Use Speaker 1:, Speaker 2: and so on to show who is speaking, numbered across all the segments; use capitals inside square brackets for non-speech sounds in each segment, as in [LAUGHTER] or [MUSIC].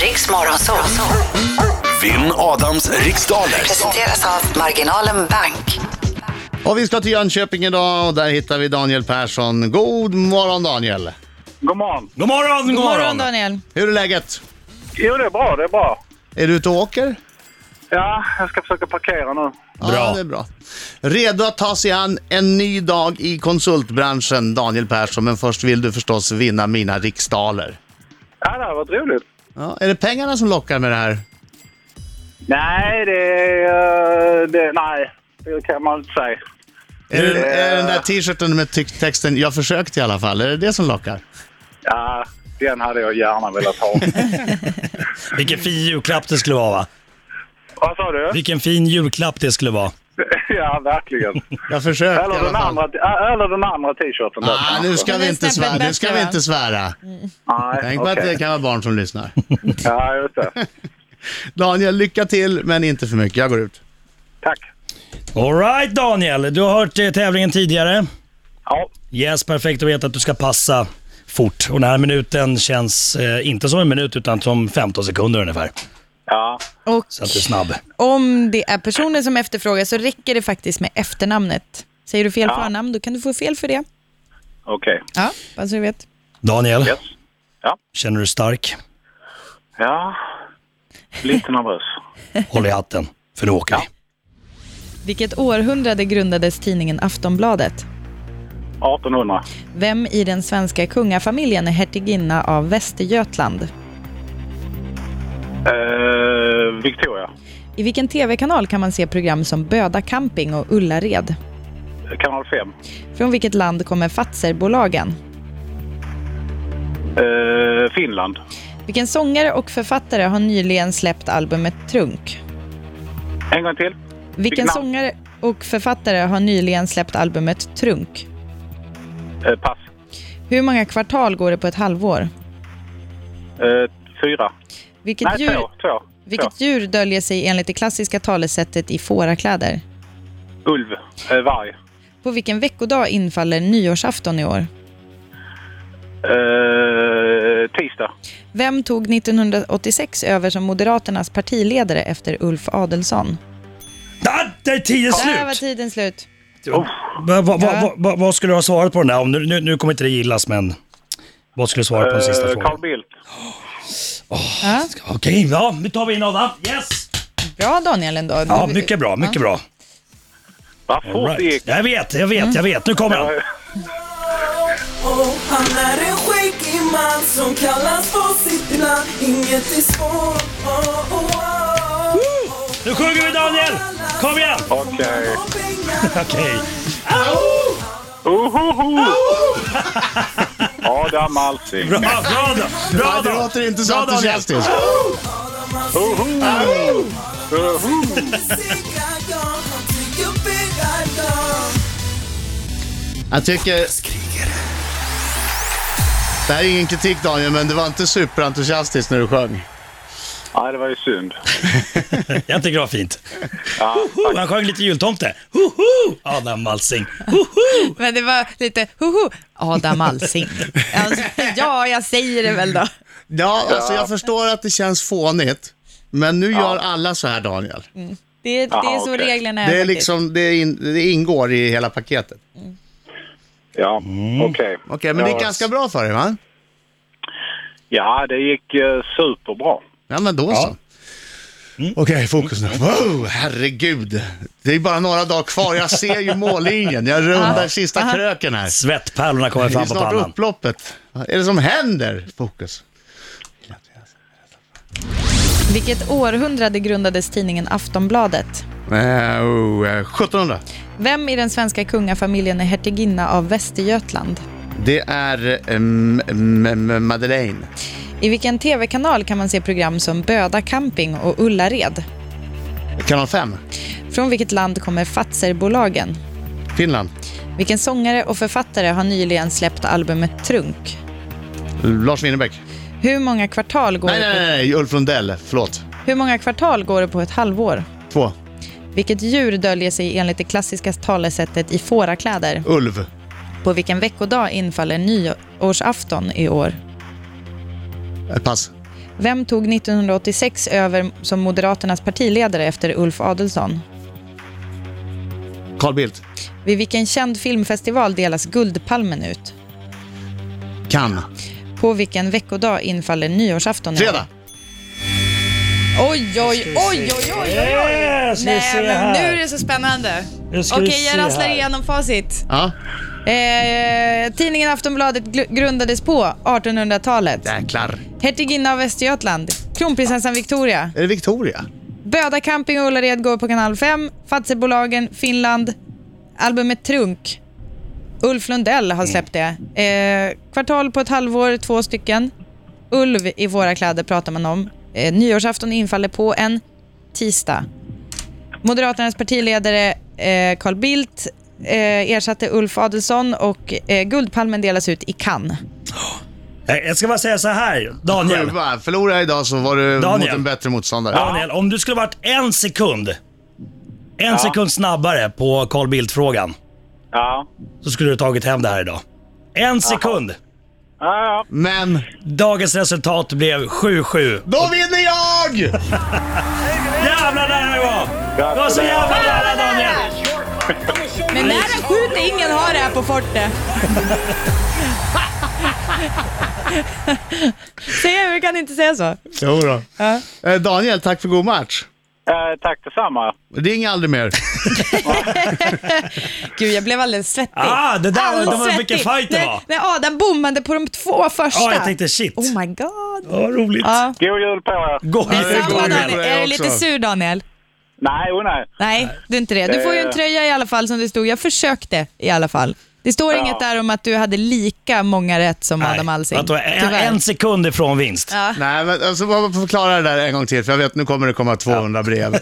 Speaker 1: Riks Morgonzoo.
Speaker 2: Vinn Adams riksdaler.
Speaker 1: Presenteras av Marginalen Bank.
Speaker 3: Och vi ska till Jönköping idag och där hittar vi Daniel Persson. God morgon Daniel!
Speaker 4: God morgon.
Speaker 5: God morgon, god,
Speaker 6: God morgon
Speaker 5: morgon.
Speaker 6: Daniel.
Speaker 3: Hur är läget?
Speaker 4: Jo, det är bra, det är bra.
Speaker 3: Är du ute och åker?
Speaker 4: Ja, jag ska försöka parkera nu.
Speaker 3: Ja,
Speaker 5: Bra.
Speaker 3: det är bra. Redo att ta sig an en ny dag i konsultbranschen, Daniel Persson. Men först vill du förstås vinna mina riksdaler.
Speaker 4: Ja, det har varit roligt.
Speaker 3: Ja, är det pengarna som lockar med det här?
Speaker 4: Nej, det är... eh, Det, nej, det kan man inte säga.
Speaker 3: Är, det, är den där t-shirten med ty- texten “Jag försökte i alla fall”, är det det som lockar?
Speaker 4: Ja, den hade jag gärna velat [LAUGHS] ha.
Speaker 5: Vilken fin julklapp det skulle vara va?
Speaker 4: Vad sa du?
Speaker 5: Vilken fin julklapp det skulle vara.
Speaker 4: [LAUGHS] Ja, verkligen.
Speaker 3: Jag försökte i
Speaker 4: Eller
Speaker 3: alla
Speaker 4: den
Speaker 3: fall.
Speaker 4: andra, ja, eller den andra t-shirten. där
Speaker 3: Ah,
Speaker 4: kanske.
Speaker 3: nu ska
Speaker 6: Den
Speaker 3: vi
Speaker 6: är
Speaker 3: inte
Speaker 6: snäppet
Speaker 3: svära. Nu ska
Speaker 6: bättre,
Speaker 3: vi
Speaker 6: va?
Speaker 3: inte svära.
Speaker 4: Nej,
Speaker 3: Tänk på
Speaker 4: okej.
Speaker 3: att det kan vara barn som lyssnar.
Speaker 4: Ja, just det.
Speaker 3: Daniel, lycka till, men inte för mycket. Jag går ut.
Speaker 4: Tack.
Speaker 5: Alright Daniel, du har hört eh, tävlingen tidigare.
Speaker 4: Ja,
Speaker 5: Yes, perfekt. Du vet att du ska passa fort. Och den här minuten känns eh, inte som en minut utan som 15 sekunder ungefär.
Speaker 4: ja.
Speaker 6: Och
Speaker 5: Så att du är snabb.
Speaker 6: om det är personer som efterfrågar så räcker det faktiskt med efternamnet. Säger du fel
Speaker 4: Ja.
Speaker 6: förnamn då kan du få fel för det.
Speaker 4: okej.
Speaker 6: Ja, bara så du vet.
Speaker 5: Daniel,
Speaker 4: Yes.
Speaker 5: känner du dig stark?
Speaker 4: Ja, lite nervös.
Speaker 5: Håll i hatten, för nu åker vi.
Speaker 6: Vilket århundrade grundades tidningen Aftonbladet?
Speaker 4: 1800.
Speaker 6: Vem i den svenska kungafamiljen är hertiginna av Västergötland?
Speaker 4: Eh, Victoria.
Speaker 6: I vilken tv-kanal kan man se program som Böda camping och Ullared?
Speaker 4: Kanal 5.
Speaker 6: Från vilket land kommer Fatserbolagen?
Speaker 4: Eh, Finland.
Speaker 6: Vilken sångare och författare har nyligen släppt albumet Trunk?
Speaker 4: En gång till.
Speaker 6: Vilken
Speaker 4: namn?
Speaker 6: sångare och författare har nyligen släppt albumet Trunk?
Speaker 4: Eh, pass.
Speaker 6: Hur många kvartal går det på ett halvår?
Speaker 4: Eh, fyra.
Speaker 6: Vilket,
Speaker 4: Nej,
Speaker 6: djur,
Speaker 4: två. två.
Speaker 6: vilket djur döljer sig enligt det klassiska talesättet i fårakläder?
Speaker 4: två. Ulv. Eh, varg.
Speaker 6: På vilken veckodag infaller nyårsafton i år?
Speaker 4: Eh, tisdag.
Speaker 6: Vem tog 1986 över som Moderaternas partiledare efter Ulf Adelsohn?
Speaker 5: Där, där Ah, är tio
Speaker 6: Där var
Speaker 5: slut!
Speaker 6: tiden slut.
Speaker 5: Vad va, va,
Speaker 6: Ja.
Speaker 5: va, va, vad skulle du ha svarat på den här? Om Nu, nu, nu kommer inte det gillas, men vad skulle du svara på den sista
Speaker 4: Eh, Carl
Speaker 5: frågan?
Speaker 4: Bildt.
Speaker 6: Ja,
Speaker 5: Okej, ja, nu tar vi in Adam. Yes!
Speaker 6: bra Daniel ändå.
Speaker 5: Ja,
Speaker 6: Du-
Speaker 5: mycket bra, mycket
Speaker 6: Ja.
Speaker 5: bra.
Speaker 4: Vad fort det
Speaker 5: Right.
Speaker 4: gick.
Speaker 5: Jag vet, jag vet, jag vet. Nu kommer han.
Speaker 7: Och han är en skäggig man som kallas på sitt land Inget är svårt oh, oh, oh.
Speaker 5: Nu sjunger vi Daniel! Kom igen!
Speaker 4: Okej.
Speaker 5: [LAUGHS] Okej. [LAUGHS]
Speaker 4: Ohoho! Adam Alsing.
Speaker 5: Bra, bra Adam! Bra
Speaker 3: Ja, det
Speaker 5: Adam!
Speaker 3: låter inte så
Speaker 5: Bra, Daniel.
Speaker 3: entusiastiskt.
Speaker 4: Oho! Oho!
Speaker 3: Jag tycker... Det här är ingen kritik Daniel, men det var inte superentusiastiskt när du sjöng.
Speaker 4: Nej, det var ju synd.
Speaker 5: Jag tycker det var fint.
Speaker 4: Ja,
Speaker 5: Oh, han sjöng lite jultomte. Hoho! Adam Alsing. Hoho!
Speaker 6: Men det var lite hoho.
Speaker 4: [LAUGHS]
Speaker 6: Adam Alsing. Alltså, ja, jag säger det väl då.
Speaker 3: Ja, alltså jag förstår att det känns fånigt, men nu gör alla så här Daniel.
Speaker 6: Det, det är
Speaker 4: Jaha,
Speaker 6: så
Speaker 4: okej.
Speaker 6: reglerna är.
Speaker 3: Det, är
Speaker 6: faktiskt.
Speaker 3: liksom, det, in, det ingår i hela paketet.
Speaker 4: ja.
Speaker 5: Mm.
Speaker 4: okej.
Speaker 3: Okej, men det gick
Speaker 4: Ja.
Speaker 3: ganska bra för dig va?
Speaker 4: Ja, det gick eh, superbra.
Speaker 3: Ja, Mm. men då så. Okej, fokus nu. Wow, herregud. Det är bara några dagar kvar. Jag ser [LAUGHS] ju mållinjen. Jag rundar sista kröken här.
Speaker 5: Svettpärlorna kommer
Speaker 3: Det är
Speaker 5: fram på
Speaker 3: snart
Speaker 5: pannan.
Speaker 3: upploppet. Vad är det som händer? Fokus.
Speaker 6: Vilket århundrade grundades tidningen Aftonbladet?
Speaker 3: Eh, oh, eh, 1700.
Speaker 6: Vem i den svenska kungafamiljen är hertiginna av Västergötland?
Speaker 3: Det är um, Madeleine.
Speaker 6: I vilken tv-kanal kan man se program som Böda camping och Ullared?
Speaker 3: Kanal 5.
Speaker 6: Från vilket land kommer Fatserbolagen?
Speaker 3: Finland.
Speaker 6: Vilken sångare och författare har nyligen släppt albumet Trunk?
Speaker 3: Lars Winnerbäck.
Speaker 6: Hur många kvartal går,
Speaker 3: Nej,
Speaker 6: det
Speaker 3: nej,
Speaker 6: på,
Speaker 3: nej, nej. Ulf Lundell. Förlåt.
Speaker 6: Hur många kvartal går det på ett halvår?
Speaker 3: Två.
Speaker 6: Vilket djur döljer sig enligt det klassiska talesättet i fårakläder?
Speaker 3: Ulv.
Speaker 6: På vilken veckodag infaller nyårsafton i år?
Speaker 3: Eh, Pass.
Speaker 6: Vem tog 1986 över som Moderaternas partiledare efter Ulf Adelsohn?
Speaker 3: Carl Bildt.
Speaker 6: Vid vilken känd filmfestival delas Guldpalmen ut?
Speaker 3: Kan.
Speaker 6: På vilken veckodag infaller nyårsafton? i år?
Speaker 3: Fredag.
Speaker 8: Oj, oj, oj, oj, oj, oj.
Speaker 5: Yes, vi
Speaker 8: Nej,
Speaker 5: ser
Speaker 8: men nu är
Speaker 5: här.
Speaker 8: det så spännande.
Speaker 5: Nu ska vi
Speaker 8: Okej, jag
Speaker 5: se
Speaker 8: rasslar
Speaker 5: här.
Speaker 8: igenom facit.
Speaker 3: Ja.
Speaker 6: Eh, tidningen Aftonbladet gl- grundades på 1800-talet.
Speaker 3: Jäklar.
Speaker 6: Hertiginna av Västergötland. Kronprinsessan Victoria.
Speaker 3: Är det Victoria?
Speaker 6: Böda camping och Ullared går på kanal 5. Fatsebolagen, Finland. Albumet Trunk. Ulf Lundell har släppt det. Eh, kvartal på ett halvår, två stycken. Ulv i våra kläder pratar man om. Eh, nyårsafton infaller på en tisdag. Moderaternas partiledare eh, Carl Bildt eh, ersatte Ulf Adelsohn och eh, Guldpalmen delas ut i Cannes.
Speaker 5: Nej, Jag ska bara säga så här, Daniel.
Speaker 3: Sjua. Förlorade jag idag så var du
Speaker 5: Daniel.
Speaker 3: mot en bättre motståndare.
Speaker 5: Daniel, om du skulle varit en sekund, en sekund snabbare på Carl Bildt-frågan,
Speaker 4: Ja.
Speaker 5: så skulle du tagit hem det här idag. En sekund.
Speaker 4: Ja, ja.
Speaker 3: Men
Speaker 5: Dagens resultat blev 7-7.
Speaker 3: då vinner jag!
Speaker 5: Jävlar nära det var! Det var så jävla nära Daniel!
Speaker 8: Men när han skjuter, ingen har det här på fortet.
Speaker 6: Säger jag, jag kan inte säga så.
Speaker 3: Jo då. Eh, Daniel, tack för god match.
Speaker 4: Eh, tack detsamma.
Speaker 3: Ring aldrig mer.
Speaker 6: Gud, jag blev alldeles svettig.
Speaker 5: Ah, det där var, det
Speaker 6: Alldeles
Speaker 5: var vilken
Speaker 6: svettig.
Speaker 5: fight det
Speaker 6: när,
Speaker 5: var!
Speaker 6: När Adam bommade på de två första.
Speaker 5: Ja, jag tänkte shit.
Speaker 6: Oh my god.
Speaker 5: Ja, vad roligt.
Speaker 6: Ja.
Speaker 4: God jul på er.
Speaker 5: Gå
Speaker 3: Ja, det
Speaker 8: Samma,
Speaker 3: går ju
Speaker 8: Daniel.
Speaker 3: på det
Speaker 8: Är du
Speaker 3: också.
Speaker 8: lite sur, Daniel?
Speaker 4: Nej, oh, nej.
Speaker 6: Nej, du är inte det. Du får ju en tröja i alla fall som det stod. Jag försökte i alla fall. Det står inget där om att du hade lika många rätt som Adam Alsing.
Speaker 5: att du var en,
Speaker 6: Tyvärr.
Speaker 5: en sekund ifrån vinst.
Speaker 3: Nej, men alltså, bara förklara det där en gång till, för jag vet nu kommer det komma 200 brev. Eh,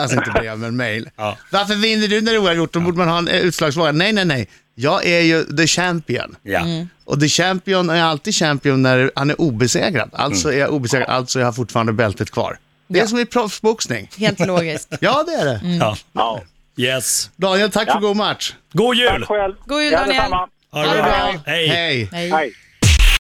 Speaker 3: Alltså inte brev, men mejl.
Speaker 5: Ja.
Speaker 3: Varför vinner du när det är oavgjort? Då borde man ha en eh, utslagsfråga. Nej, nej, nej. Jag är ju the champion. Mm.
Speaker 5: Ja.
Speaker 6: Mm.
Speaker 3: Och the champion är alltid champion när han är obesegrad. Alltså
Speaker 5: Mm.
Speaker 3: är jag obesegrad, alltså har jag fortfarande bältet kvar. Det är som i proffsboxning.
Speaker 6: Helt logiskt.
Speaker 3: Ja, det är det.
Speaker 5: Ja.
Speaker 4: Ja.
Speaker 5: Yes.
Speaker 3: Daniel, tack för god match.
Speaker 5: God jul!
Speaker 4: Själv.
Speaker 6: God jul,
Speaker 4: ja,
Speaker 6: Daniel.
Speaker 4: detsamma.
Speaker 5: Ha det bra. Hej.
Speaker 3: Hej.
Speaker 6: Nej.
Speaker 4: Hej.